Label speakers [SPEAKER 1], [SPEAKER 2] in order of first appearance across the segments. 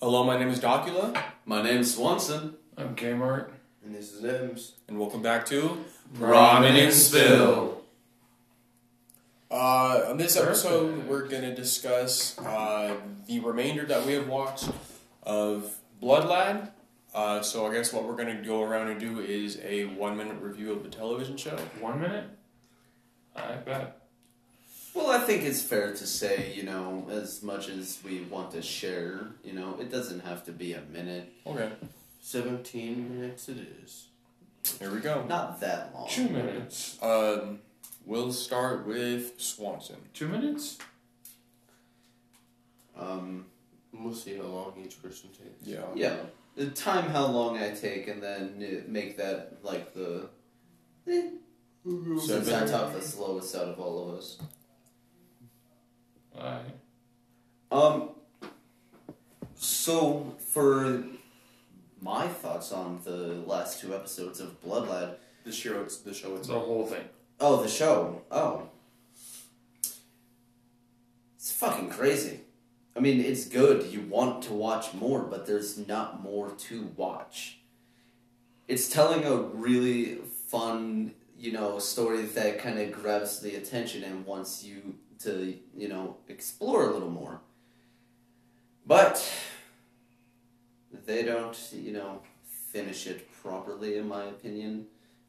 [SPEAKER 1] Hello, my name is Docula,
[SPEAKER 2] My name's Swanson.
[SPEAKER 3] I'm Kmart.
[SPEAKER 4] And this is Ems.
[SPEAKER 1] and welcome back to.
[SPEAKER 2] Ramen and Spill.
[SPEAKER 1] Uh, on this episode,
[SPEAKER 3] Perfect.
[SPEAKER 1] we're going to discuss uh, the remainder that we have watched of Bloodlad. Uh, so, I guess what we're going to go around and do is a one minute review of the television show.
[SPEAKER 3] One minute? I bet.
[SPEAKER 2] Well, I think it's fair to say, you know, as much as we want to share, you know, it doesn't have to be a minute.
[SPEAKER 1] Okay,
[SPEAKER 4] 17 minutes it is.
[SPEAKER 1] here we go.
[SPEAKER 2] Not that long.
[SPEAKER 3] Two minutes.
[SPEAKER 1] Um, we'll start with Swanson.
[SPEAKER 3] Two minutes?
[SPEAKER 2] Um,
[SPEAKER 4] We'll see how long each person takes.
[SPEAKER 1] Yeah.
[SPEAKER 2] yeah. The time how long I take and then uh, make that like the. Eh. Since I
[SPEAKER 1] Seven.
[SPEAKER 2] talk the slowest out of all of us.
[SPEAKER 3] I
[SPEAKER 2] Um. So for my thoughts on the last two episodes of Bloodlad.
[SPEAKER 4] The show, the show
[SPEAKER 3] the whole thing.
[SPEAKER 2] Oh, the show. Oh. It's fucking crazy. I mean, it's good. You want to watch more, but there's not more to watch. It's telling a really fun, you know, story that kind of grabs the attention and wants you to, you know, explore a little more. But they don't, you know, finish it properly in my opinion.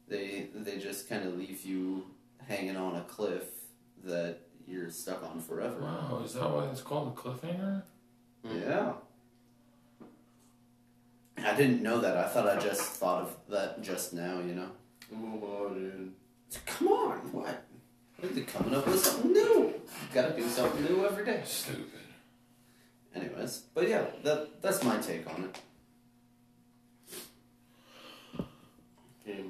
[SPEAKER 2] They they just kind of leave you hanging on a cliff that you're stuck on forever.
[SPEAKER 3] Wow, is that why it's called a cliffhanger?
[SPEAKER 2] Yeah. I didn't know that. I thought I just thought of that just now, you know.
[SPEAKER 4] Oh, dude.
[SPEAKER 2] Come on, what? They're coming up with something new. Gotta do something new every day.
[SPEAKER 3] Stupid.
[SPEAKER 2] Anyways, but yeah, that that's my take on it.
[SPEAKER 4] Okay,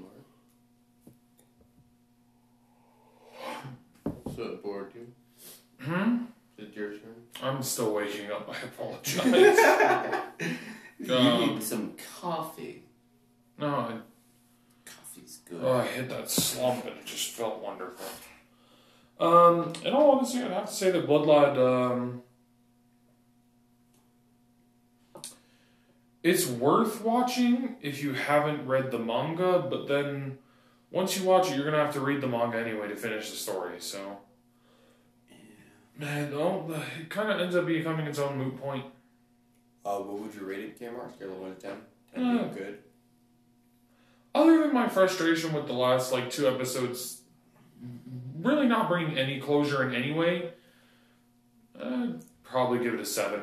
[SPEAKER 4] Mark. So it bored you?
[SPEAKER 3] Hmm?
[SPEAKER 4] Is it your turn?
[SPEAKER 3] I'm still waking up. I apologize.
[SPEAKER 2] You
[SPEAKER 3] um,
[SPEAKER 2] need some coffee.
[SPEAKER 3] no, I,
[SPEAKER 2] Coffee's good.
[SPEAKER 3] oh, I hit that slump and it just felt wonderful. Um, in all honesty, I'd have to say that Bloodline, um, it's worth watching if you haven't read the manga, but then once you watch it, you're gonna have to read the manga anyway to finish the story. So, man, all the, it kind of ends up becoming its own moot point.
[SPEAKER 1] Uh, what would you rate it, Kmart? Scale of 1 to 10? 10
[SPEAKER 3] Mm.
[SPEAKER 1] being good.
[SPEAKER 3] Other than my frustration with the last like two episodes, really not bringing any closure in any way, I'd probably give it a seven.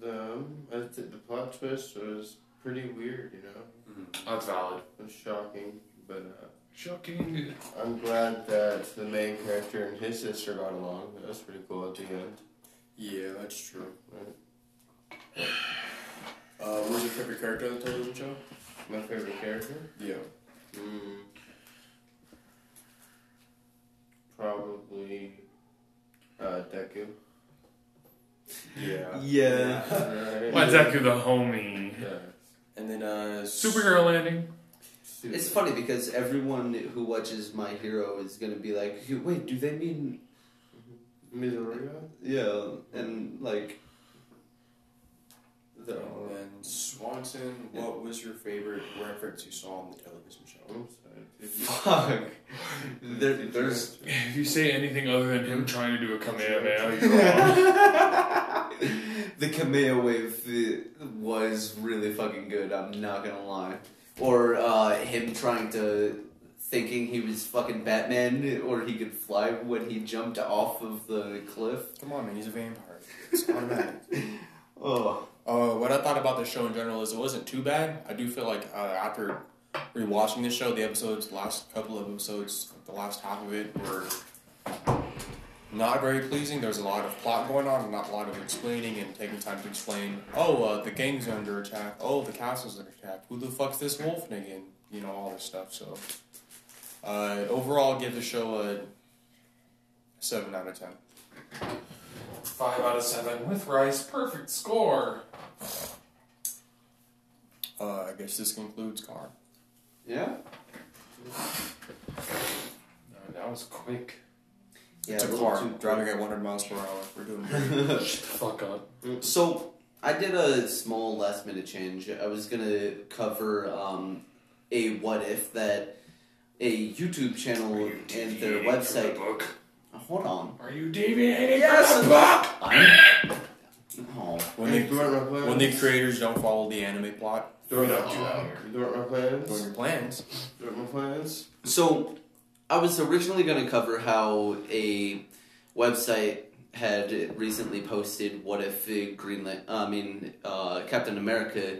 [SPEAKER 4] The, um, I th- the plot twist was pretty weird, you know?
[SPEAKER 3] That's valid.
[SPEAKER 4] It was shocking, but uh,
[SPEAKER 3] Shocking.
[SPEAKER 4] I'm glad that the main character and his sister got along. That was pretty cool at the end.
[SPEAKER 1] Yeah, that's true.
[SPEAKER 4] Right.
[SPEAKER 1] Uh, what was your favorite character on the television show?
[SPEAKER 4] My favorite character?
[SPEAKER 1] Yeah.
[SPEAKER 4] Mm. Probably uh, Deku.
[SPEAKER 1] Yeah.
[SPEAKER 2] Yeah.
[SPEAKER 3] Why Deku the homie?
[SPEAKER 4] Yeah.
[SPEAKER 1] And then uh,
[SPEAKER 3] Superhero landing.
[SPEAKER 2] It's funny because everyone who watches My Hero is gonna be like, "Hey, wait, do they mean
[SPEAKER 4] Midoriya?
[SPEAKER 2] yeah? And like,
[SPEAKER 4] The,
[SPEAKER 1] And then Swanson, what was your favorite reference you saw on the television show?
[SPEAKER 4] I'm sorry. Did you-
[SPEAKER 2] fuck. There,
[SPEAKER 4] did you
[SPEAKER 2] there's
[SPEAKER 4] answer?
[SPEAKER 3] If you say anything other than him trying to do a Kamehameha, you're wrong.
[SPEAKER 2] the cameo wave uh, was really fucking good. I'm not gonna lie. Or uh, him trying to thinking he was fucking Batman or he could fly when he jumped off of the cliff.
[SPEAKER 1] Come on, man, he's a vampire. It's automatic.
[SPEAKER 2] Oh,
[SPEAKER 1] Uh, what I thought about the show in general is it wasn't too bad. I do feel like uh, after rewatching this show, the episodes, the last couple of episodes, the last half of it were not very pleasing. There's a lot of plot going on, and not a lot of explaining and taking time to explain. Oh, uh, the gang's under attack. Oh, the castle's under attack. Who the fuck's this wolf nigga? And, you know all this stuff. So uh, overall, give the show a seven out of ten.
[SPEAKER 3] Five out of seven with rice. Perfect score.
[SPEAKER 1] Uh, I guess this concludes Car.
[SPEAKER 2] yeah.
[SPEAKER 3] No, that was quick.
[SPEAKER 2] Yeah,
[SPEAKER 1] it's a
[SPEAKER 2] little
[SPEAKER 1] car
[SPEAKER 2] too
[SPEAKER 1] driving at 100 miles per hour. We're doing great.
[SPEAKER 3] Shut the fuck up.
[SPEAKER 2] So I did a small last minute change. I was gonna cover um, a what if that a YouTube channel and their website.
[SPEAKER 3] book?
[SPEAKER 2] Hold on.
[SPEAKER 3] Are you deviating
[SPEAKER 2] Yes,
[SPEAKER 3] from the book?
[SPEAKER 2] Oh,
[SPEAKER 1] When they
[SPEAKER 4] Throughout my plans.
[SPEAKER 1] when the creators don't follow the anime plot,
[SPEAKER 4] Throughout my- throughout my
[SPEAKER 1] doing
[SPEAKER 4] plans.
[SPEAKER 1] your plans.
[SPEAKER 4] Throughout my plans.
[SPEAKER 2] So, I was originally going to cover how a website had recently posted what if uh, Green Lan- I mean uh, Captain America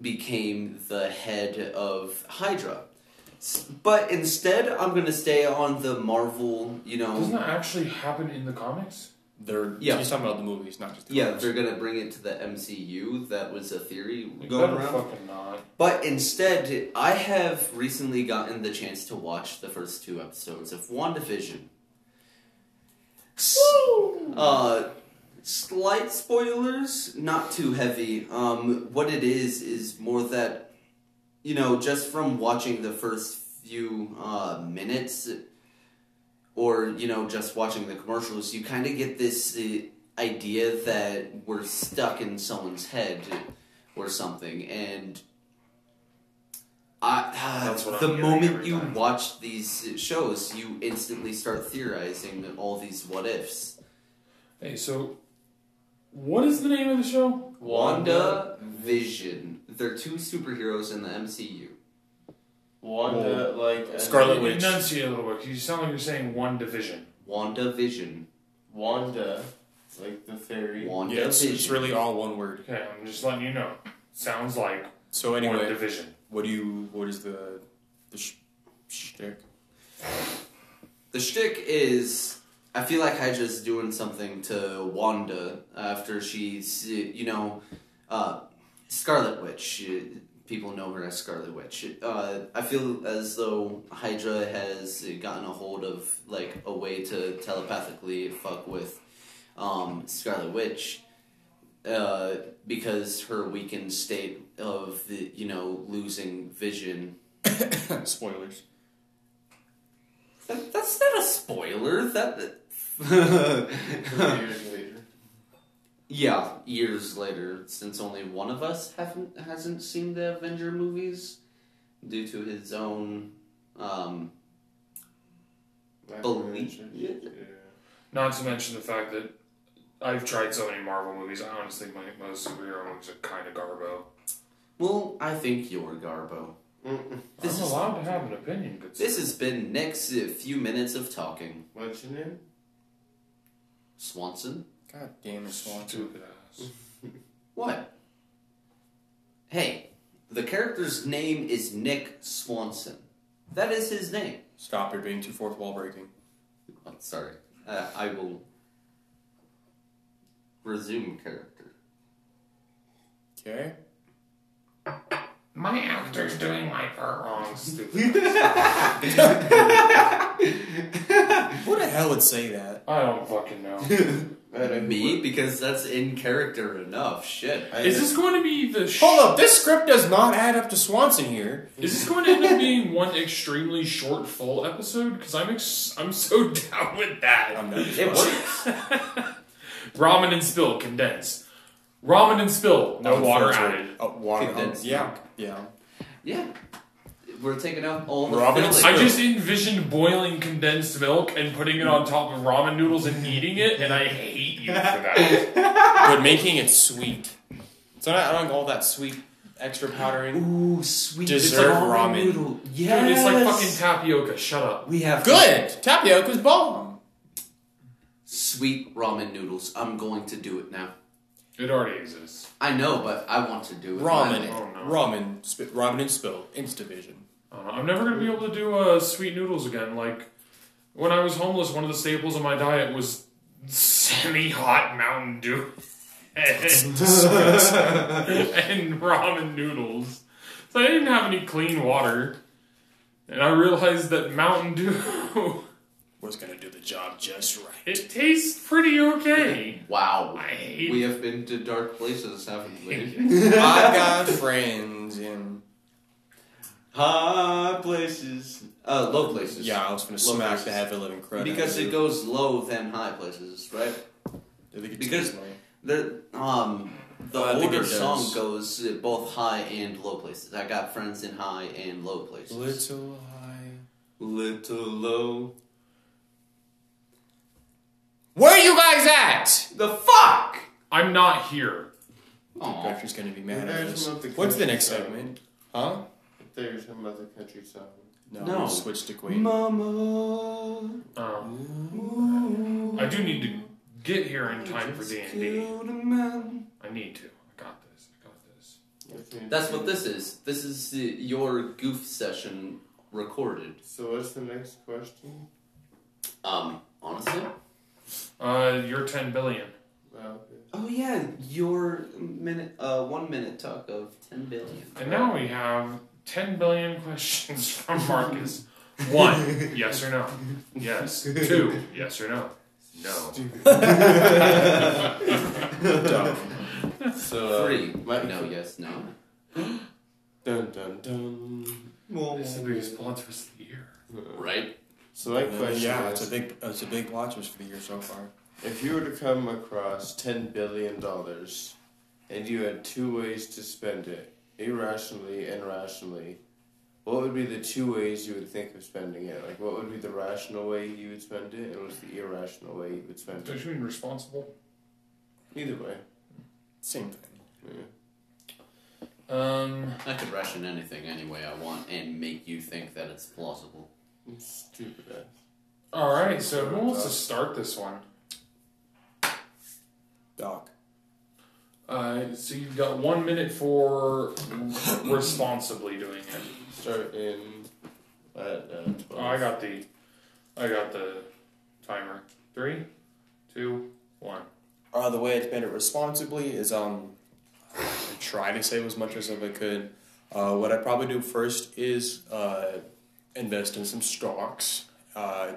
[SPEAKER 2] became the head of Hydra. S- But instead, I'm going to stay on the Marvel, you
[SPEAKER 3] Doesn't
[SPEAKER 2] know.
[SPEAKER 3] that actually happen in the comics?
[SPEAKER 1] They're
[SPEAKER 2] Yeah.
[SPEAKER 1] he's talking about the movies, not just the
[SPEAKER 2] Yeah,
[SPEAKER 1] comics.
[SPEAKER 2] they're going to bring it to the MCU. That was a theory
[SPEAKER 3] Like,
[SPEAKER 2] going
[SPEAKER 3] better
[SPEAKER 2] around.
[SPEAKER 3] fucking not.
[SPEAKER 2] But instead, I have recently gotten the chance to watch the first two episodes of WandaVision. Uh, slight spoilers, not too heavy. Um, what it is is more that, you know, just from watching the first few uh, minutes, or you know, just watching the commercials, you kind of get this uh, idea that we're stuck in someone's head or something, and. I, uh,
[SPEAKER 4] That's what I'm
[SPEAKER 2] the
[SPEAKER 4] hearing
[SPEAKER 2] moment
[SPEAKER 4] every
[SPEAKER 2] you
[SPEAKER 4] time.
[SPEAKER 2] watch these shows, you instantly start theorizing all these what ifs.
[SPEAKER 3] Hey, so what is the name of the show?
[SPEAKER 2] Wanda Vision. They're two superheroes in the MCU.
[SPEAKER 4] Wanda, like as
[SPEAKER 1] Scarlet
[SPEAKER 4] in
[SPEAKER 1] Witch.
[SPEAKER 3] Enunciate a little bit. 'cause You sound like you're saying one division.
[SPEAKER 2] Wanda Vision.
[SPEAKER 4] Wanda, like the fairy.
[SPEAKER 2] Wanda
[SPEAKER 1] Yeah, it's,
[SPEAKER 2] Vision.
[SPEAKER 1] it's really all one word.
[SPEAKER 3] Okay, I'm just letting you know. Sounds like
[SPEAKER 1] So
[SPEAKER 3] one
[SPEAKER 1] anyway,
[SPEAKER 3] division.
[SPEAKER 1] what do you? What is the the sh- shtick?
[SPEAKER 2] the shtick is. I feel like Hydra's doing something to Wanda after she's, uh, you know, uh, Scarlet Witch. Uh, People know her as Scarlet Witch. Uh, I feel as though Hydra has gotten a hold of like a way to telepathically fuck with um, Scarlet Witch. uh, because her weakened state of the, you know losing vision.
[SPEAKER 1] Spoilers.
[SPEAKER 2] That, that's not a spoiler. That
[SPEAKER 4] Years later.
[SPEAKER 2] yeah, years later, since only one of us haven't hasn't seen the Avenger movies due to his own. Um, Believe it.
[SPEAKER 4] Yeah.
[SPEAKER 3] Not to mention the fact that I've tried so many Marvel movies. I honestly think my most superhero movies are kind of garbo.
[SPEAKER 2] well, I think you're Garbo.
[SPEAKER 4] Mm-mm.
[SPEAKER 2] This
[SPEAKER 3] I'm
[SPEAKER 2] is
[SPEAKER 3] allowed to have an opinion. Good
[SPEAKER 2] this has been next uh, few minutes of talking.
[SPEAKER 4] What's your name?
[SPEAKER 2] Swanson,
[SPEAKER 1] God damn it, Swanson.
[SPEAKER 3] stupid ass.
[SPEAKER 2] what? Hey, the character's name is Nick Swanson. That is his name.
[SPEAKER 1] Stop! You're being too fourth wall breaking.
[SPEAKER 2] Oh, sorry. Uh, I will resume character.
[SPEAKER 1] Okay.
[SPEAKER 3] My actor's doing my part wrong. Stupid.
[SPEAKER 1] Who the hell would say that?
[SPEAKER 3] I don't fucking know.
[SPEAKER 4] Man, I-
[SPEAKER 2] Me? Because that's in character enough. Shit.
[SPEAKER 4] I-
[SPEAKER 3] Is this going to be the? Sh-
[SPEAKER 1] Hold up! This script does not add up to Swanson here.
[SPEAKER 3] Is this going to end up being one extremely short full episode? Because I'm ex- I'm so down with that.
[SPEAKER 1] I'm not.
[SPEAKER 2] It works.
[SPEAKER 3] Ramen and spill condensed. Ramen and spill, no water added.
[SPEAKER 1] Oh, water.
[SPEAKER 2] Condensed
[SPEAKER 1] yeah. Yeah.
[SPEAKER 2] Yeah. We're taking out all the
[SPEAKER 1] Robin
[SPEAKER 2] filling.
[SPEAKER 1] and
[SPEAKER 3] I just envisioned boiling condensed milk and putting it on top of ramen noodles and eating it, and I hate you for that.
[SPEAKER 1] but making it sweet. So not adding all that sweet extra powdering.
[SPEAKER 2] Ooh, sweet
[SPEAKER 1] Dessert
[SPEAKER 2] ramen
[SPEAKER 1] ramen.
[SPEAKER 2] noodle. Yes.
[SPEAKER 3] Dude, it's like fucking tapioca. Shut up.
[SPEAKER 2] We have
[SPEAKER 1] Good. Tapioca's bomb.
[SPEAKER 2] sweet ramen noodles. I'm going to do it now.
[SPEAKER 3] It already exists.
[SPEAKER 2] I know, but I want to do it.
[SPEAKER 1] Ramen.
[SPEAKER 2] now.
[SPEAKER 3] Oh, no.
[SPEAKER 1] Ramen. Sp- ramen and spill. Instavision.
[SPEAKER 3] I don't know. Uh, I'm never gonna be able to do uh, sweet noodles again. Like when I was homeless, one of the staples of my diet was semi-hot Mountain Dew and, and ramen noodles. So I didn't have any clean water, and I realized that Mountain Dew
[SPEAKER 1] Was gonna do the job just right.
[SPEAKER 3] it tastes pretty okay.
[SPEAKER 2] Wow.
[SPEAKER 3] I hate
[SPEAKER 2] We have been to dark places, haven't we?
[SPEAKER 1] I've got friends in
[SPEAKER 2] High
[SPEAKER 4] places.
[SPEAKER 2] Uh, low places.
[SPEAKER 1] Yeah, I was gonna
[SPEAKER 2] Low
[SPEAKER 1] smack
[SPEAKER 2] places.
[SPEAKER 1] the heavy living crud.
[SPEAKER 2] Because
[SPEAKER 1] out of
[SPEAKER 2] it goes low, then high places, right?
[SPEAKER 1] I think it
[SPEAKER 2] because-
[SPEAKER 1] takes money.
[SPEAKER 2] The um the
[SPEAKER 1] Oh, I think
[SPEAKER 2] older
[SPEAKER 1] it does.
[SPEAKER 2] song goes uh, both high and low places. I got friends in high and low places.
[SPEAKER 1] little high.
[SPEAKER 2] Little low.
[SPEAKER 1] Where you guys at?
[SPEAKER 2] The fuck.
[SPEAKER 3] I'm not here.
[SPEAKER 2] Aw.
[SPEAKER 1] Gretchen's gonna be mad
[SPEAKER 4] There's
[SPEAKER 1] at us.
[SPEAKER 4] another
[SPEAKER 1] What's the
[SPEAKER 4] country
[SPEAKER 1] next
[SPEAKER 4] song.
[SPEAKER 1] segment? Huh?
[SPEAKER 4] They're talking about the country song.
[SPEAKER 2] No.
[SPEAKER 1] we switched to Queen.
[SPEAKER 2] Mama.
[SPEAKER 3] Um, I do need to get here in time for D and D.
[SPEAKER 2] killed a man.
[SPEAKER 3] I need to. I got this. I got this.
[SPEAKER 2] That's what this is. This is the, your goof session recorded.
[SPEAKER 4] So what's the next question?
[SPEAKER 2] Um, honestly.
[SPEAKER 3] Uh, you're ten billion.
[SPEAKER 4] Wow.
[SPEAKER 2] Oh yeah, your minute, uh, one minute talk of ten billion.
[SPEAKER 3] And now we have 10 billion questions from Marcus. One, yes or no? Yes. Two, yes or no? No.
[SPEAKER 4] So uh,
[SPEAKER 2] Three.
[SPEAKER 4] my-
[SPEAKER 2] no, yes, no.
[SPEAKER 4] Dun dun dun.
[SPEAKER 3] This is the biggest plot twist of the year.
[SPEAKER 2] Right.
[SPEAKER 4] So my question
[SPEAKER 1] yeah,
[SPEAKER 4] is,
[SPEAKER 1] it's a big, it's a big watchers for the year so far.
[SPEAKER 4] if you were to come across ten billion dollars, and you had two ways to spend it, irrationally and rationally, what would be the two ways you would think of spending it? Like, what would be the rational way you would spend it, and what's the irrational way you would spend it?
[SPEAKER 3] Don't you mean responsible?
[SPEAKER 4] Either way.
[SPEAKER 1] Same thing.
[SPEAKER 3] Um,
[SPEAKER 2] I could ration anything any way I want and make you think that it's plausible.
[SPEAKER 4] I'm Stupid ass.
[SPEAKER 3] alright, so who wants to start this one?
[SPEAKER 1] Doc.
[SPEAKER 3] Uh, so you've got one minute for responsibly doing it.
[SPEAKER 4] Start in at uh, twelve.
[SPEAKER 3] Oh, I got the, I got the timer. Three, two, one.
[SPEAKER 1] Uh, the way I spend it responsibly is um, I try to save as much as I could. Uh, what I probably do first is uh, invest in some stocks. Uh,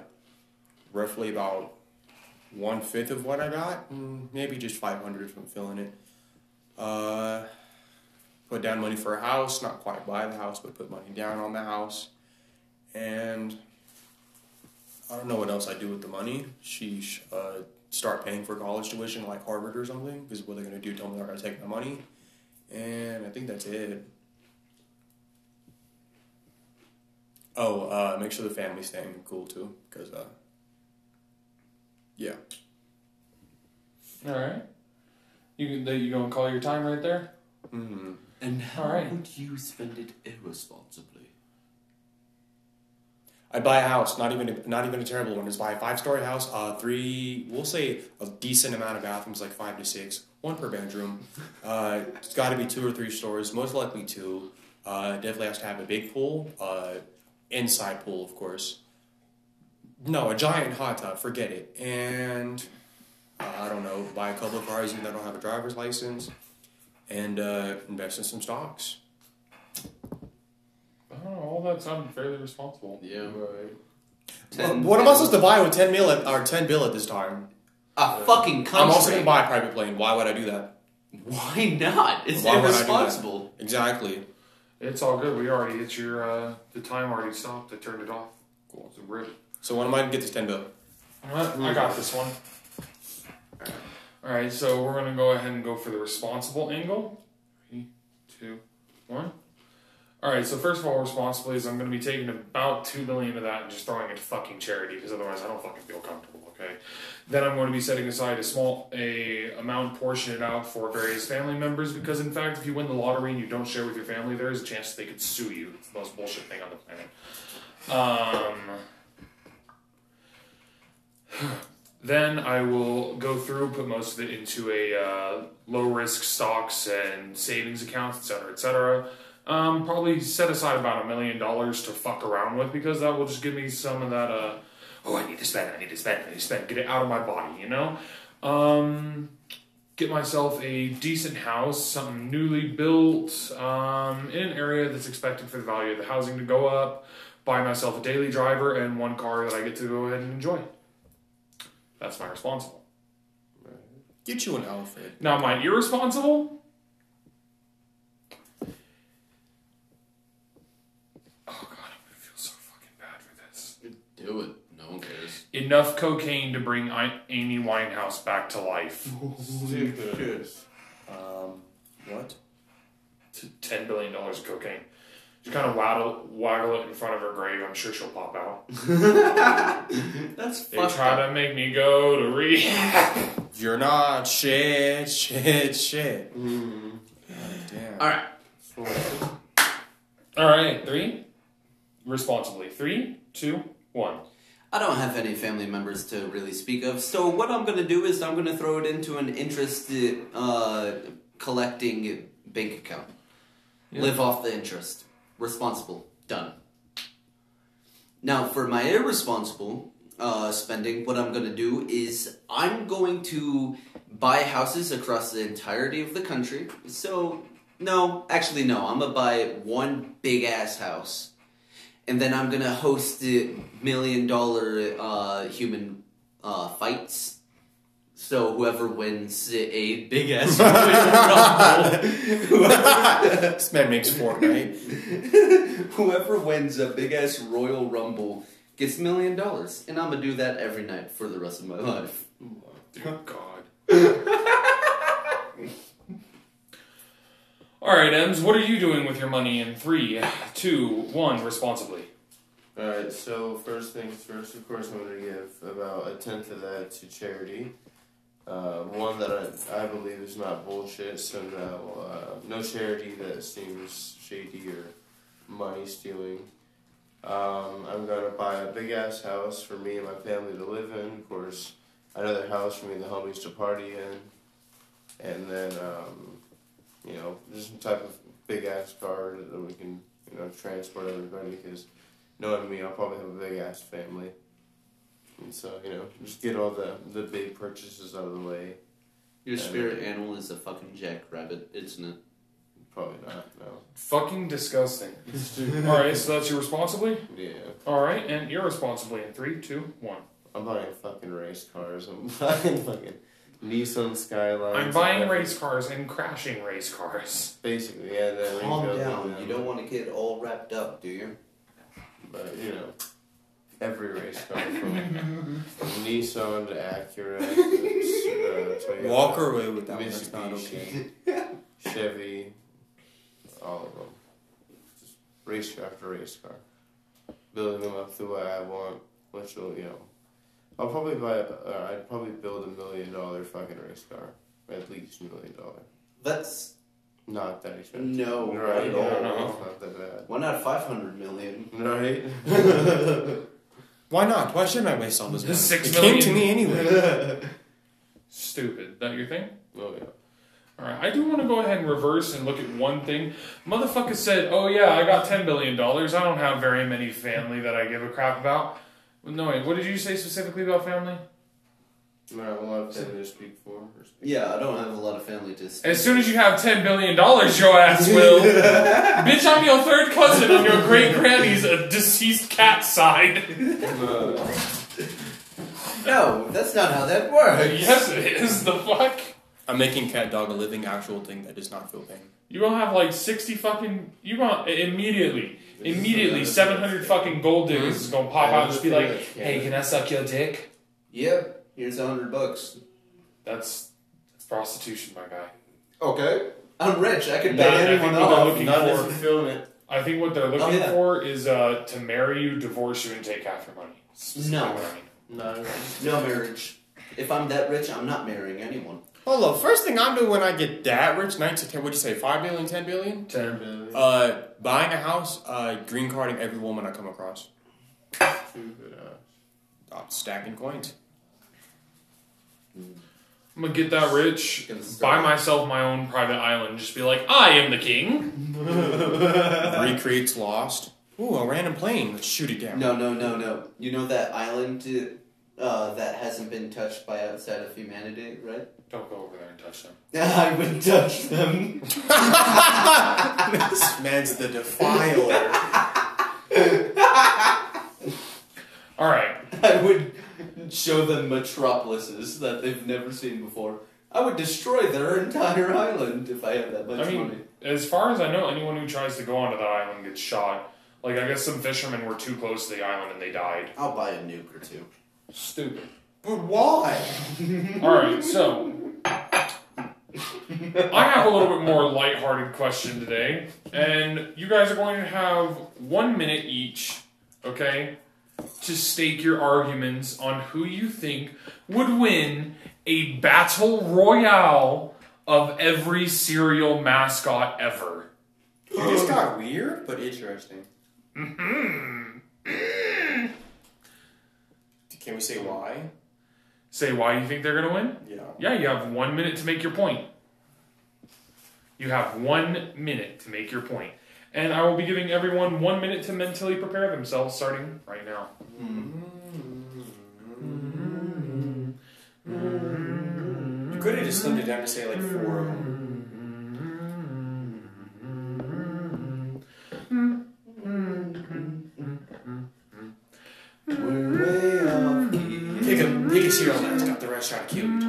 [SPEAKER 1] roughly about one fifth of what I got, mm, maybe just five hundred if I'm feeling it. Uh, put down money for a house, not quite buy the house, but put money down on the house, and I don't know what else I do with the money. Sheesh. Uh, start paying for college tuition like Harvard or something because what they're gonna do? Tell me they're gonna take my money, and I think that's it. Oh, uh, make sure the family's staying cool too, because uh, yeah,
[SPEAKER 3] Alright. You, you gonna call your time right there?
[SPEAKER 1] mm-hmm.
[SPEAKER 2] And
[SPEAKER 3] how Alright.
[SPEAKER 2] would you spend it irresponsibly?
[SPEAKER 1] I buy a house, not even a, not even a terrible one. Just buy a five story house, uh, three, we'll say a decent amount of bathrooms, like five to six, one per bedroom. Uh, it's got to be two or three stories, most likely two. Uh, definitely has to have a big pool, uh, inside pool, of course. No, a giant hot tub, forget it. And uh, I don't know, buy a couple of cars even though I don't have a driver's license, and uh, invest in some stocks.
[SPEAKER 3] I don't know, all that sounded fairly responsible.
[SPEAKER 2] Yeah.
[SPEAKER 4] Right.
[SPEAKER 1] What, what am I supposed to buy with ten mil at, or ten bill at this time?
[SPEAKER 2] A fucking country.
[SPEAKER 1] I'm also gonna buy a private plane. Why would I do that?
[SPEAKER 2] Why not? It's
[SPEAKER 1] Why would I do that?
[SPEAKER 2] irresponsible.
[SPEAKER 1] Exactly.
[SPEAKER 3] It's all good. We already hit your uh, the time already stopped. I turned it off.
[SPEAKER 1] Cool.
[SPEAKER 3] It's a rip.
[SPEAKER 1] So when am I gonna get this ten bill?
[SPEAKER 3] Alright, I got this one. All right, so we're gonna go ahead and go for the responsible angle. Three, two, one. All right, so first of all, responsibly is I'm gonna be taking about two billion of that and just throwing it to fucking charity because otherwise I don't fucking feel comfortable. Okay. Then I'm going to be setting aside a small a amount, portion it out for various family members because in fact, if you win the lottery and you don't share with your family, there is a chance they could sue you. It's the most bullshit thing on the planet. Um. Then I will go through, put most of it into a uh, low risk stocks and savings accounts, etc., etc. Um, probably set aside about a million dollars to fuck around with because that will just give me some of that. Uh, oh, I need to spend. I need to spend. I need to spend. Get it out of my body, you know. Um, get myself a decent house, something newly built, um, in an area that's expected for the value of the housing to go up. Buy myself a daily driver and one car that I get to go ahead and enjoy. That's my responsible.
[SPEAKER 1] Get you an outfit.
[SPEAKER 3] Now, my Oh, irresponsible? Enough cocaine to bring I- Amy Winehouse back to life.
[SPEAKER 4] Stupid.
[SPEAKER 1] Um, what?
[SPEAKER 3] T- Ten billion dollars of cocaine. Just kind of waddle, waggle it in front of her grave. I'm sure she'll pop out.
[SPEAKER 2] That's
[SPEAKER 3] They try to make me go to rehab.
[SPEAKER 1] You're not shit, shit, shit.
[SPEAKER 4] Hmm.
[SPEAKER 1] Damn.
[SPEAKER 2] All right.
[SPEAKER 3] All right, three. Responsibly, three, two, one.
[SPEAKER 2] I don't have any family members to really speak of, so what I'm going to do is I'm going to throw it into an interest uh, collecting bank account. Live off the interest. Responsible. Done. Now, for my irresponsible uh, spending, what I'm going to do is I'm going to buy houses across the entirety of the country. So, no, actually, no, I'm going to buy one big ass house and then I'm gonna host the million dollar uh, human uh, fights. So whoever wins a big ass whoever,
[SPEAKER 1] This man makes Fortnite.
[SPEAKER 2] whoever wins a big ass Royal Rumble gets million dollars, and I'm gonna do that every night for the rest of my life.
[SPEAKER 3] Dear God. All right, Ems, what are you doing with your money in three, two, one, responsibly?
[SPEAKER 4] Alright, so first things first, of course, I'm going to give about a tenth of that to charity. Uh, one that I, I believe is not bullshit, so no, uh, no charity that seems shady or money stealing. Um, I'm going to buy a big ass house for me and my family to live in, of course, another house for me and the homies to party in, and then, um, you know, just some type of big ass car that we can, you know, transport everybody because knowing me, I'll probably have a big ass family. And so, you know, just get all the, the big purchases out of the way.
[SPEAKER 2] Your
[SPEAKER 4] spirit
[SPEAKER 2] spirit animal is a fucking jackrabbit, isn't it?
[SPEAKER 4] Probably not, no.
[SPEAKER 3] Fucking disgusting. All right, so that's your responsibly?
[SPEAKER 4] Yeah.
[SPEAKER 3] All right, and irresponsibly in three, two, one.
[SPEAKER 4] I'm buying fucking race cars. I'm buying fucking Nissan Skylines.
[SPEAKER 3] I'm buying race cars and crashing race cars.
[SPEAKER 4] Basically, yeah. Then
[SPEAKER 2] Calm
[SPEAKER 4] rebuilding
[SPEAKER 2] down.
[SPEAKER 4] them.
[SPEAKER 2] You don't want to get all wrapped up, do you?
[SPEAKER 4] But, you know, every race car from Nissan to Acura to uh, Toyota,
[SPEAKER 1] Walk her away with that one. That's not okay.
[SPEAKER 4] Mitsubishi, Chevy, all of them. Just race car after race car. Building them up the way I want, which will, you know. I'll probably buy, uh, I'd probably build a million dollar fucking race car. At least a million dollar.
[SPEAKER 2] That's
[SPEAKER 4] Not that expensive.
[SPEAKER 2] No,
[SPEAKER 4] right?
[SPEAKER 2] not
[SPEAKER 3] at all.
[SPEAKER 4] It's not that Oh, bad.
[SPEAKER 2] one out of five hundred million.
[SPEAKER 4] Right?
[SPEAKER 1] Why not? Why shouldn't I waste all this money?
[SPEAKER 3] Six
[SPEAKER 1] it
[SPEAKER 3] million.
[SPEAKER 1] came to me anyway.
[SPEAKER 3] Stupid. That your thing?
[SPEAKER 4] oh, yeah.
[SPEAKER 3] All right, I do want to go ahead and reverse and look at one thing. Motherfucker said, "Oh yeah, I got ten billion dollars. I don't have very many family that I give a crap about." Well, no, wait, what did you say specifically about family?
[SPEAKER 4] Not a lot of people to speak for. or speak-
[SPEAKER 2] Yeah, I don't have a lot of family to.
[SPEAKER 3] As soon as you have ten billion dollars, your ass will. Bitch, I'm your third cousin, and your great granny's a deceased cat side.
[SPEAKER 4] Uh,
[SPEAKER 2] No, that's not how that works.
[SPEAKER 3] yes, it is. The fuck.
[SPEAKER 1] I'm making cat dog a living actual thing that does not feel pain.
[SPEAKER 3] You gonna have like sixty fucking. You gonna immediately,
[SPEAKER 4] This is
[SPEAKER 3] immediately,
[SPEAKER 4] another
[SPEAKER 3] seven hundred
[SPEAKER 4] thing.
[SPEAKER 3] fucking gold
[SPEAKER 2] Hmm.
[SPEAKER 3] diggers is gonna pop out and just be like,
[SPEAKER 4] Another thing that-
[SPEAKER 3] "Hey, can I suck your dick?"
[SPEAKER 2] Yep, here's a hundred bucks.
[SPEAKER 3] That's that's prostitution, my guy.
[SPEAKER 4] okay.
[SPEAKER 2] I'm rich. I can
[SPEAKER 3] Nah,
[SPEAKER 2] pay
[SPEAKER 3] I think
[SPEAKER 2] anyone
[SPEAKER 3] we
[SPEAKER 2] off.
[SPEAKER 3] go Looking
[SPEAKER 4] Not
[SPEAKER 3] for-
[SPEAKER 4] if you film it.
[SPEAKER 3] I think what they're looking
[SPEAKER 2] Oh, yeah.
[SPEAKER 3] for is uh, to marry you, divorce you, and take half your money. It's- it's
[SPEAKER 2] No.
[SPEAKER 3] what I mean.
[SPEAKER 4] No.
[SPEAKER 2] No marriage. If I'm that rich, I'm not marrying anyone.
[SPEAKER 1] Hold up. First thing I'm doing when I get that rich, nine to ten, what'd you say, five billion, ten billion?
[SPEAKER 3] Ten.
[SPEAKER 1] Uh, buying a house, uh, green carding every woman I come across.
[SPEAKER 4] Stupid ass.
[SPEAKER 1] Uh, stacking coins.
[SPEAKER 3] I'm gonna get that rich,
[SPEAKER 2] Gonna start-
[SPEAKER 3] buy myself my own private island, just be like, I am the king.
[SPEAKER 1] Recreates Lost. Ooh, a random plane. Let's shoot it down.
[SPEAKER 2] No, no, no, no. You know that island uh, that hasn't been touched by outside of humanity, right?
[SPEAKER 3] Don't go over there and touch them.
[SPEAKER 2] I would touch them.
[SPEAKER 1] this man's the defiler.
[SPEAKER 3] All right,
[SPEAKER 2] I would show them metropolises that they've never seen before. I would destroy their entire island if I had that much
[SPEAKER 3] I
[SPEAKER 2] money.
[SPEAKER 3] mean, as far as I know, anyone who tries to go onto that island gets shot. Like, I guess some fishermen were too close to the island and they died.
[SPEAKER 2] I'll buy a nuke or two.
[SPEAKER 3] Stupid.
[SPEAKER 1] But why?
[SPEAKER 3] All right, so I have a little bit more lighthearted question today, and you guys are going to have one minute each, okay, to stake your arguments on who you think would win a battle royale of every cereal mascot ever.
[SPEAKER 1] This got weird, but interesting. Mm-hmm. Can we say why?
[SPEAKER 3] Say why you think they're going to win?
[SPEAKER 1] Yeah.
[SPEAKER 3] Yeah, you have one minute to make your point. You have one minute to make your point. And I will be giving everyone one minute to mentally prepare themselves starting right now.
[SPEAKER 1] You could have just slimmed it down to say like four of them.
[SPEAKER 4] We're way off. key.
[SPEAKER 1] Pick a pick a cereal that's got the rest trying to kill you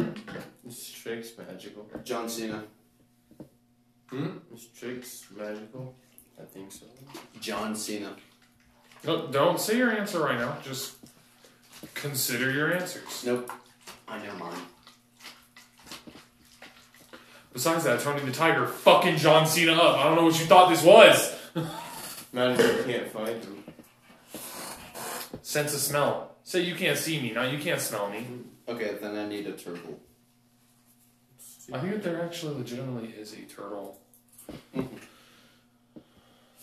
[SPEAKER 1] type shit.
[SPEAKER 4] This trick's magical.
[SPEAKER 2] John Cena.
[SPEAKER 4] This trick's magical.
[SPEAKER 1] I think so.
[SPEAKER 2] John Cena.
[SPEAKER 3] No, don't say your answer right now. Just consider your answers.
[SPEAKER 2] Nope. I know mine.
[SPEAKER 3] Besides that, Tony the Tiger fucking John Cena up. I don't know what you thought this was.
[SPEAKER 4] Not if you can't find them.
[SPEAKER 3] Sense of smell. Say you can't see me. Now you can't smell me.
[SPEAKER 2] Okay, then I need a turtle.
[SPEAKER 3] I think that there actually legitimately is a turtle.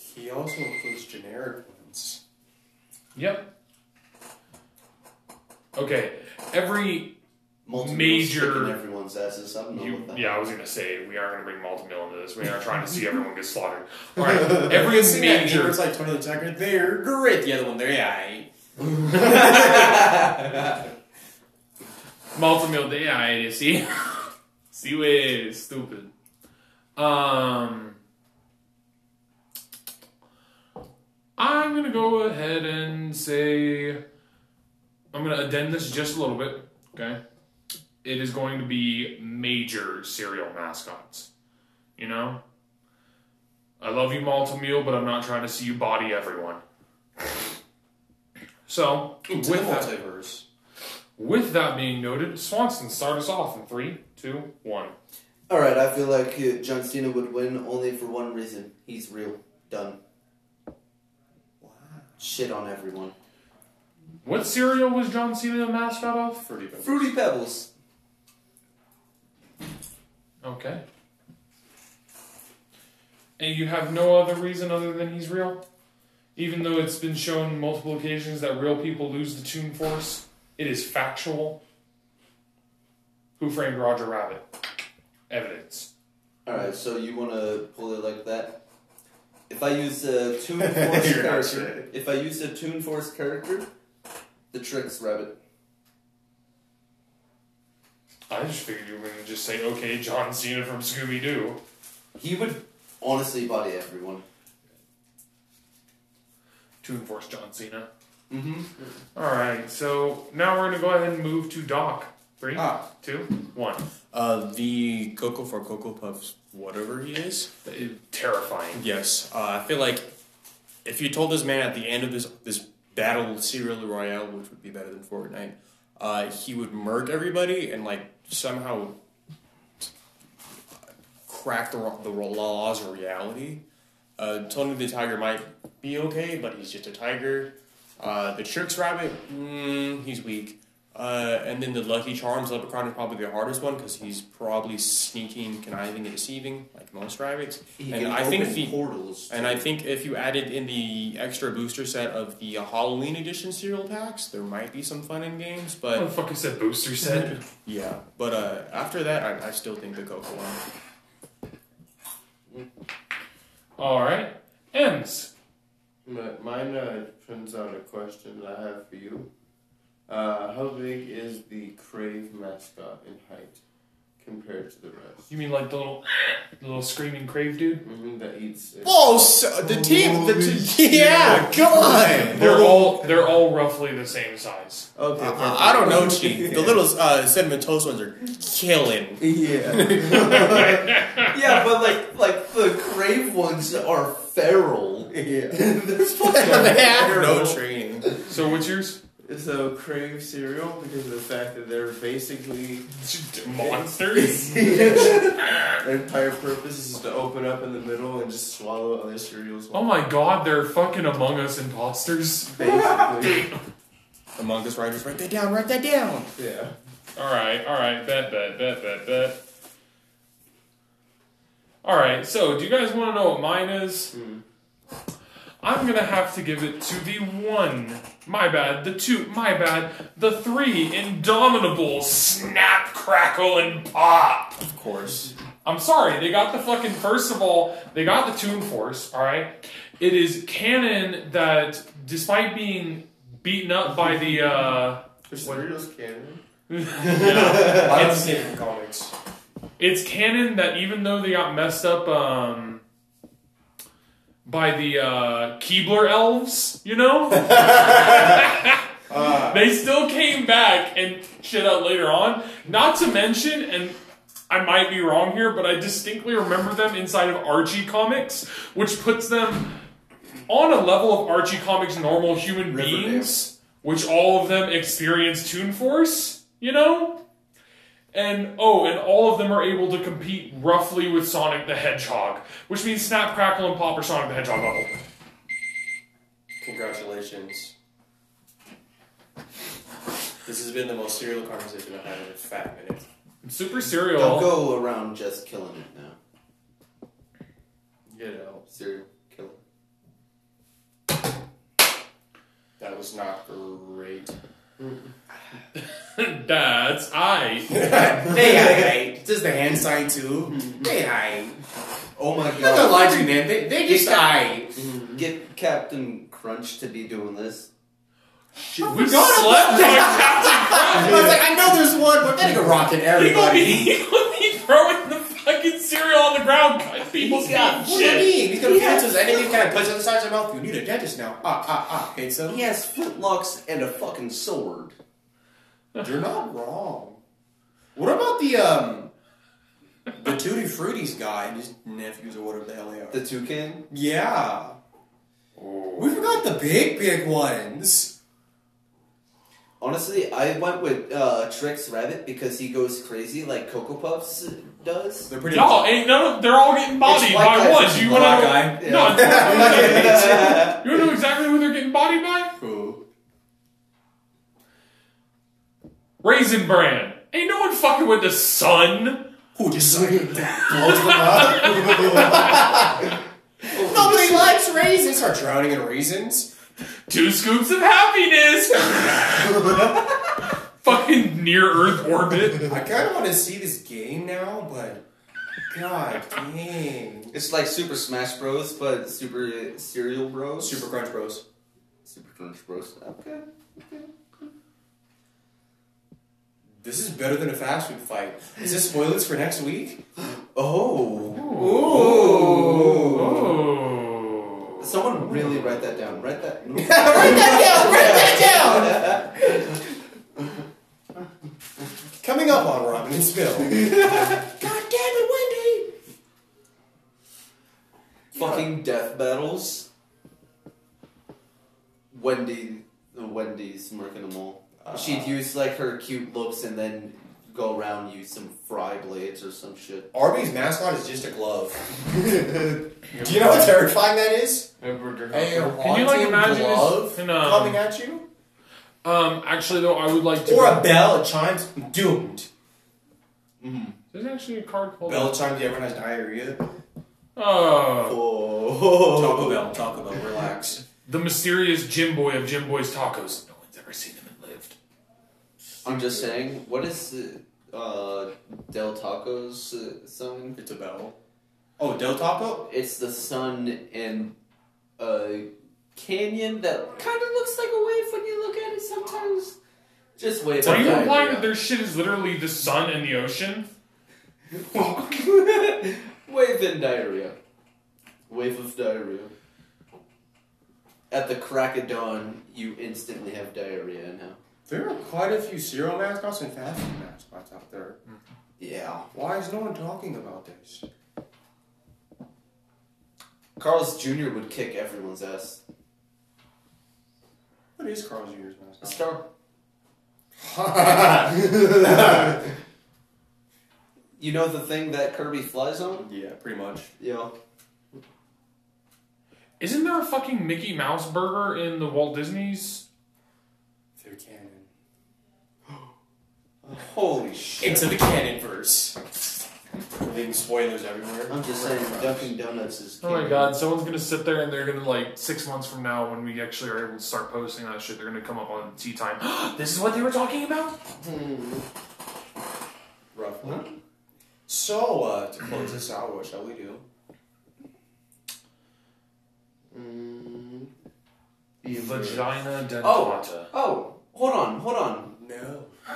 [SPEAKER 1] He also includes generic ones.
[SPEAKER 3] Yep. Okay. Every
[SPEAKER 2] Multiple
[SPEAKER 3] Major-
[SPEAKER 2] sticking everyone's asses. I don't know
[SPEAKER 3] You,
[SPEAKER 2] what that.
[SPEAKER 3] yeah, I was gonna say we aren't gonna bring Multimil into this. We are trying to see everyone get slaughtered. All right, every
[SPEAKER 1] It's major.
[SPEAKER 3] major,
[SPEAKER 1] It's like Tony the Tiger. They're great. The other one, they're yeah.
[SPEAKER 3] Multimil, they yeah, it is. See, see, way stupid. Um, I'm gonna go ahead and say I'm gonna addend this just a little bit. Okay, it is going to be major cereal mascots. You know, I love you, Multimil, but I'm not trying to see you body everyone. So, with that,
[SPEAKER 1] multiverse.
[SPEAKER 3] with that being noted, Swanson, start us off in three, two, one.
[SPEAKER 2] All right, I feel like uh, John Cena would win only for one reason. He's real. Done.
[SPEAKER 1] Wow.
[SPEAKER 2] Shit on everyone.
[SPEAKER 3] What cereal was John Cena the mascot of?
[SPEAKER 1] Fruity Pebbles.
[SPEAKER 2] Fruity Pebbles.
[SPEAKER 3] Okay. And you have no other reason other than he's real? Even though it's been shown multiple occasions that real people lose the tune force, it is factual. Who framed Roger Rabbit? Evidence.
[SPEAKER 2] All right, so you want to pull it like that? If I use a Toon Force
[SPEAKER 1] You're not
[SPEAKER 2] character, if I use a Toon Force character, the tricks rabbit.
[SPEAKER 3] I just figured you were going to just say, okay, John Cena from Scooby Doo.
[SPEAKER 2] He would honestly body everyone.
[SPEAKER 3] Toon Force John Cena.
[SPEAKER 2] Mm-hmm.
[SPEAKER 3] Alright, so now we're going to go ahead and move to Doc. Three,
[SPEAKER 1] Ah.
[SPEAKER 3] two, one.
[SPEAKER 1] Uh, the Coco for Coco Puffs, whatever he is.
[SPEAKER 3] Terrifying.
[SPEAKER 1] Yes, uh, I feel like if you told this man at the end of this this battle serial royale, which would be better than Fortnite, uh, he would murk everybody and like somehow crack the ro- the laws of reality. Uh, Tony the Tiger might be okay, but he's just a tiger. Uh, the Tricks Rabbit, mm, he's weak. Uh, and then the Lucky Charms Leprechaun is probably the hardest one because he's probably sneaking, conniving, and deceiving like most rabbits.
[SPEAKER 2] He
[SPEAKER 1] and
[SPEAKER 2] can
[SPEAKER 1] I think
[SPEAKER 2] open
[SPEAKER 1] the
[SPEAKER 2] portals.
[SPEAKER 1] and
[SPEAKER 2] too.
[SPEAKER 1] I think if you added in the extra booster set of the uh, Halloween edition cereal packs, there might be some fun in games.
[SPEAKER 3] What the
[SPEAKER 1] But
[SPEAKER 3] fuck is that booster set?
[SPEAKER 1] yeah, but uh, after that, I, I still think the Cocoa one.
[SPEAKER 3] Alright. M's.
[SPEAKER 4] But mine uh, turns out a question that I have for you. Uh, how big is the Crave mascot in height compared to the rest?
[SPEAKER 3] You mean like the little, the little screaming crave dude?
[SPEAKER 4] hmm that eats. it.
[SPEAKER 1] Oh, so the team, the t- yeah, come on.
[SPEAKER 3] They're all they're all roughly the same size.
[SPEAKER 4] Okay.
[SPEAKER 1] Uh, I don't know, Chief. The little uh, cinnamon toast ones are killing.
[SPEAKER 2] Yeah. yeah, but like like the crave ones are feral.
[SPEAKER 4] yeah.
[SPEAKER 2] There's
[SPEAKER 1] they
[SPEAKER 2] plenty.
[SPEAKER 1] have no training.
[SPEAKER 3] So what's yours?
[SPEAKER 4] So crave cereal because of the fact that they're basically
[SPEAKER 3] Monsters.
[SPEAKER 4] their entire purpose is to open up in the middle and just swallow other cereals.
[SPEAKER 3] oh my god, they're fucking Among Us imposters.
[SPEAKER 4] Basically,
[SPEAKER 1] Among Us writers, write that down, write that down.
[SPEAKER 4] yeah.
[SPEAKER 3] All right, all right, bet, bet, bet, bet, bet. All right, so do you guys want to know what mine is? I'm gonna have to give it to the one. My bad. The two. My bad. The three. Indomitable. Snap, crackle, and pop.
[SPEAKER 1] Of course.
[SPEAKER 3] I'm sorry, they got the fucking first of all, they got the Toon Force, alright? It is canon that despite being beten up by the uh
[SPEAKER 4] There's cereals canon.
[SPEAKER 3] yeah,
[SPEAKER 1] I don't see it from comics.
[SPEAKER 3] it's canon that even though they got messed up um by the uh Keebler elves, you know? they still came back and shit out later on. Not to mention, and I might be wrong here, but I distinctly remember them inside of Archie Comics, which puts them on a level of Archie Comics normal human
[SPEAKER 1] Riverdale.
[SPEAKER 3] beings, which all of them experience Toon Force, you know? And oh, and all of them are able to compete roughly with Sonic the Hedgehog, which means Snap, Crackle, and Pop are Sonic the Hedgehog level.
[SPEAKER 1] Congratulations. This has been the most serial conversation I've had in a fat minute.
[SPEAKER 3] Super cereal.
[SPEAKER 2] Don't go around just killing it now.
[SPEAKER 4] Get out.
[SPEAKER 2] Serial killer.
[SPEAKER 1] That was not great.
[SPEAKER 3] That's I.
[SPEAKER 1] They ain't. Does the hand sign too? They ain't.
[SPEAKER 2] Oh my
[SPEAKER 1] That's not
[SPEAKER 2] god.
[SPEAKER 1] lie to you, man. They, they just ain't.
[SPEAKER 2] Get Captain Crunch to be doing this. Oh
[SPEAKER 3] We got slept by Captain Crunch.
[SPEAKER 1] I was like, I know there's one, but they can rock it,
[SPEAKER 3] He would be,
[SPEAKER 1] everybody.
[SPEAKER 3] he would be throwing the fucking cereal on the ground, cutting people's feet.
[SPEAKER 1] What do you
[SPEAKER 3] Shit.
[SPEAKER 1] mean? He's gonna yeah. punch anything kind of punch on the side of your mouth. You need a dentist now. Ah, ah, ah. Okay, so
[SPEAKER 2] He has flintlocks and a fucking sword.
[SPEAKER 1] you're not wrong. What about the um the Tutti Fruities guy and his nephews or whatever the hell they are?
[SPEAKER 2] The toucan?
[SPEAKER 1] yeah. We forgot the big, big ones.
[SPEAKER 2] Honestly, I went with uh, Trix Rabbit because he goes crazy like Cocoa Puffs does.
[SPEAKER 1] They're pretty.
[SPEAKER 3] Y'all ain't none of they're all getting bodied
[SPEAKER 2] It's white
[SPEAKER 3] by
[SPEAKER 2] guy
[SPEAKER 3] one.
[SPEAKER 2] versus
[SPEAKER 3] You wanna
[SPEAKER 1] black guy.
[SPEAKER 3] know? No, it's not
[SPEAKER 2] Yeah.
[SPEAKER 3] you wanna know exactly who they're getting bodied by?
[SPEAKER 1] Who?
[SPEAKER 3] Raisin Bran. Ain't no one fucking with the sun.
[SPEAKER 1] Who just like blows them up? Nobody likes raisins. Start drowning in raisins.
[SPEAKER 3] Two scoops of happiness. fucking near Earth orbit.
[SPEAKER 1] I kind of want to see this game now, but god dang.
[SPEAKER 2] It's like Super Smash Bros, but Super Cereal Bros.
[SPEAKER 1] Super Crunch Bros.
[SPEAKER 2] Super Crunch Bros. Okay.
[SPEAKER 1] This is better than a fast food fight. Is this spoilers for next week?
[SPEAKER 2] Oh.
[SPEAKER 1] Ooh.
[SPEAKER 3] Oh.
[SPEAKER 2] Someone really write that down. Write that.
[SPEAKER 1] write that down. Write that down. Coming up on Robin'sville. God damn it, Wendy.
[SPEAKER 2] Fucking death battles. Wendy, the Wendy's murking them all. She'd use like her cute looks and then go around use some fry blades or some shit.
[SPEAKER 1] Arby's mascot is just a glove. Do you know how terrifying that is?
[SPEAKER 4] Remember to
[SPEAKER 1] A
[SPEAKER 4] help her.
[SPEAKER 3] Can you, like,
[SPEAKER 1] haunting
[SPEAKER 3] imagine this
[SPEAKER 1] glove
[SPEAKER 3] in, um,
[SPEAKER 1] coming at you?
[SPEAKER 3] Um, actually, though, I would like to.
[SPEAKER 1] Or a bell that chimes doomed.
[SPEAKER 3] There's actually a card called.
[SPEAKER 1] Bell chimes, everyone has diarrhea.
[SPEAKER 3] Oh,
[SPEAKER 1] Taco Bell, Taco Bell, relax.
[SPEAKER 3] the mysterious Jim Boy of Jim Boy's Tacos. No one's ever seen him and lived.
[SPEAKER 2] I'm just saying. What is uh, uh, Del Taco's uh, sign?
[SPEAKER 1] It's a bell. Oh, Del Taco?
[SPEAKER 2] It's the sun and a canyon that kind of looks like a wave when you look at it sometimes. Just wave.
[SPEAKER 3] Are you
[SPEAKER 2] at
[SPEAKER 3] implying
[SPEAKER 2] it.
[SPEAKER 3] that their shit is literally the sun and the ocean?
[SPEAKER 2] Wave in diarrhea. Wave of diarrhea. At the crack of dawn, you instantly have diarrhea now.
[SPEAKER 1] There are quite a few cereal mascots and fast food mascots out there.
[SPEAKER 2] Yeah.
[SPEAKER 1] Why is no one talking about this?
[SPEAKER 2] Carl's Jr. would kick everyone's ass.
[SPEAKER 1] What is Carl's Jr.'s
[SPEAKER 2] A
[SPEAKER 1] mascot?
[SPEAKER 2] star. You know the thing that Kirby flies on?
[SPEAKER 1] yeah, pretty much.
[SPEAKER 2] Yeah.
[SPEAKER 3] Isn't there a fucking Mickey Mouse burger in the Walt Disney's?
[SPEAKER 1] Through canon.
[SPEAKER 2] Holy shit.
[SPEAKER 1] Into the canon verse. We're leaving spoilers everywhere.
[SPEAKER 2] I'm just saying, Dunkin' Donuts is.
[SPEAKER 3] Oh my god, someone's gonna sit there and they're gonna like six months from now when we actually are able to start posting that shit, they're gonna come up on tea time. this is what they were talking about?
[SPEAKER 1] Roughly. So, uh, to close this out, what shall we do?
[SPEAKER 2] Mm.
[SPEAKER 3] Vagina dentata.
[SPEAKER 2] Oh, oh, hold on, hold on.
[SPEAKER 1] No. Um,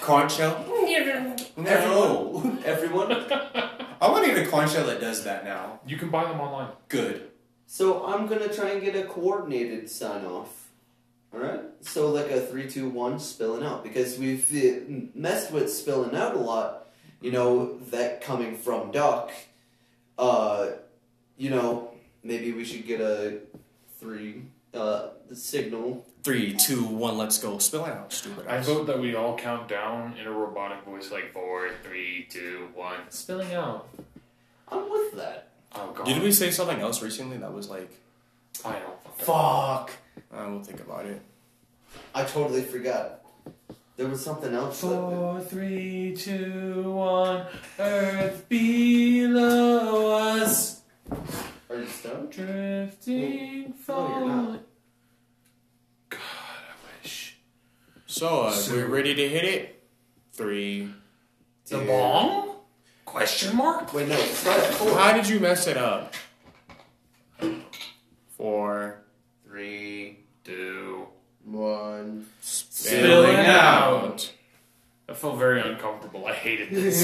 [SPEAKER 1] Concho? No.
[SPEAKER 2] oh. Everyone, everyone.
[SPEAKER 1] I want to get a concho that does that now.
[SPEAKER 3] You can buy them online.
[SPEAKER 1] Good.
[SPEAKER 2] so I'm gonna try and get a coordinated sign off. All right. So like a three, two, one, spilling out because we've uh, messed with spilling out a lot. You know that coming from Doc. Uh, you know maybe we should get a three uh signal.
[SPEAKER 1] Three, two, one, let's go. Spill out, stupid.
[SPEAKER 3] I vote that we all count down in a robotic voice like four, three, two, one. Spilling out.
[SPEAKER 2] I'm with that.
[SPEAKER 3] Oh god.
[SPEAKER 1] Did we say something else recently that was like,
[SPEAKER 3] I don't fucking
[SPEAKER 2] Fuck.
[SPEAKER 1] I will think about it.
[SPEAKER 2] I totally forgot. There was something else. that-
[SPEAKER 3] Four, three, two, one. Earth below us,
[SPEAKER 2] Are you stoned?
[SPEAKER 3] drifting
[SPEAKER 2] No, you're
[SPEAKER 3] forward. Oh, God, I wish.
[SPEAKER 1] So, uh,
[SPEAKER 3] So-
[SPEAKER 1] we're ready to hit it. Three.
[SPEAKER 3] The
[SPEAKER 2] Dude.
[SPEAKER 3] bong? Question mark?
[SPEAKER 2] Wait, no, start at four.
[SPEAKER 1] How did you mess it up? Four.
[SPEAKER 3] Three, two.
[SPEAKER 4] One.
[SPEAKER 1] Spilling
[SPEAKER 3] out.
[SPEAKER 1] out.
[SPEAKER 3] I felt very uncomfortable. I hated this.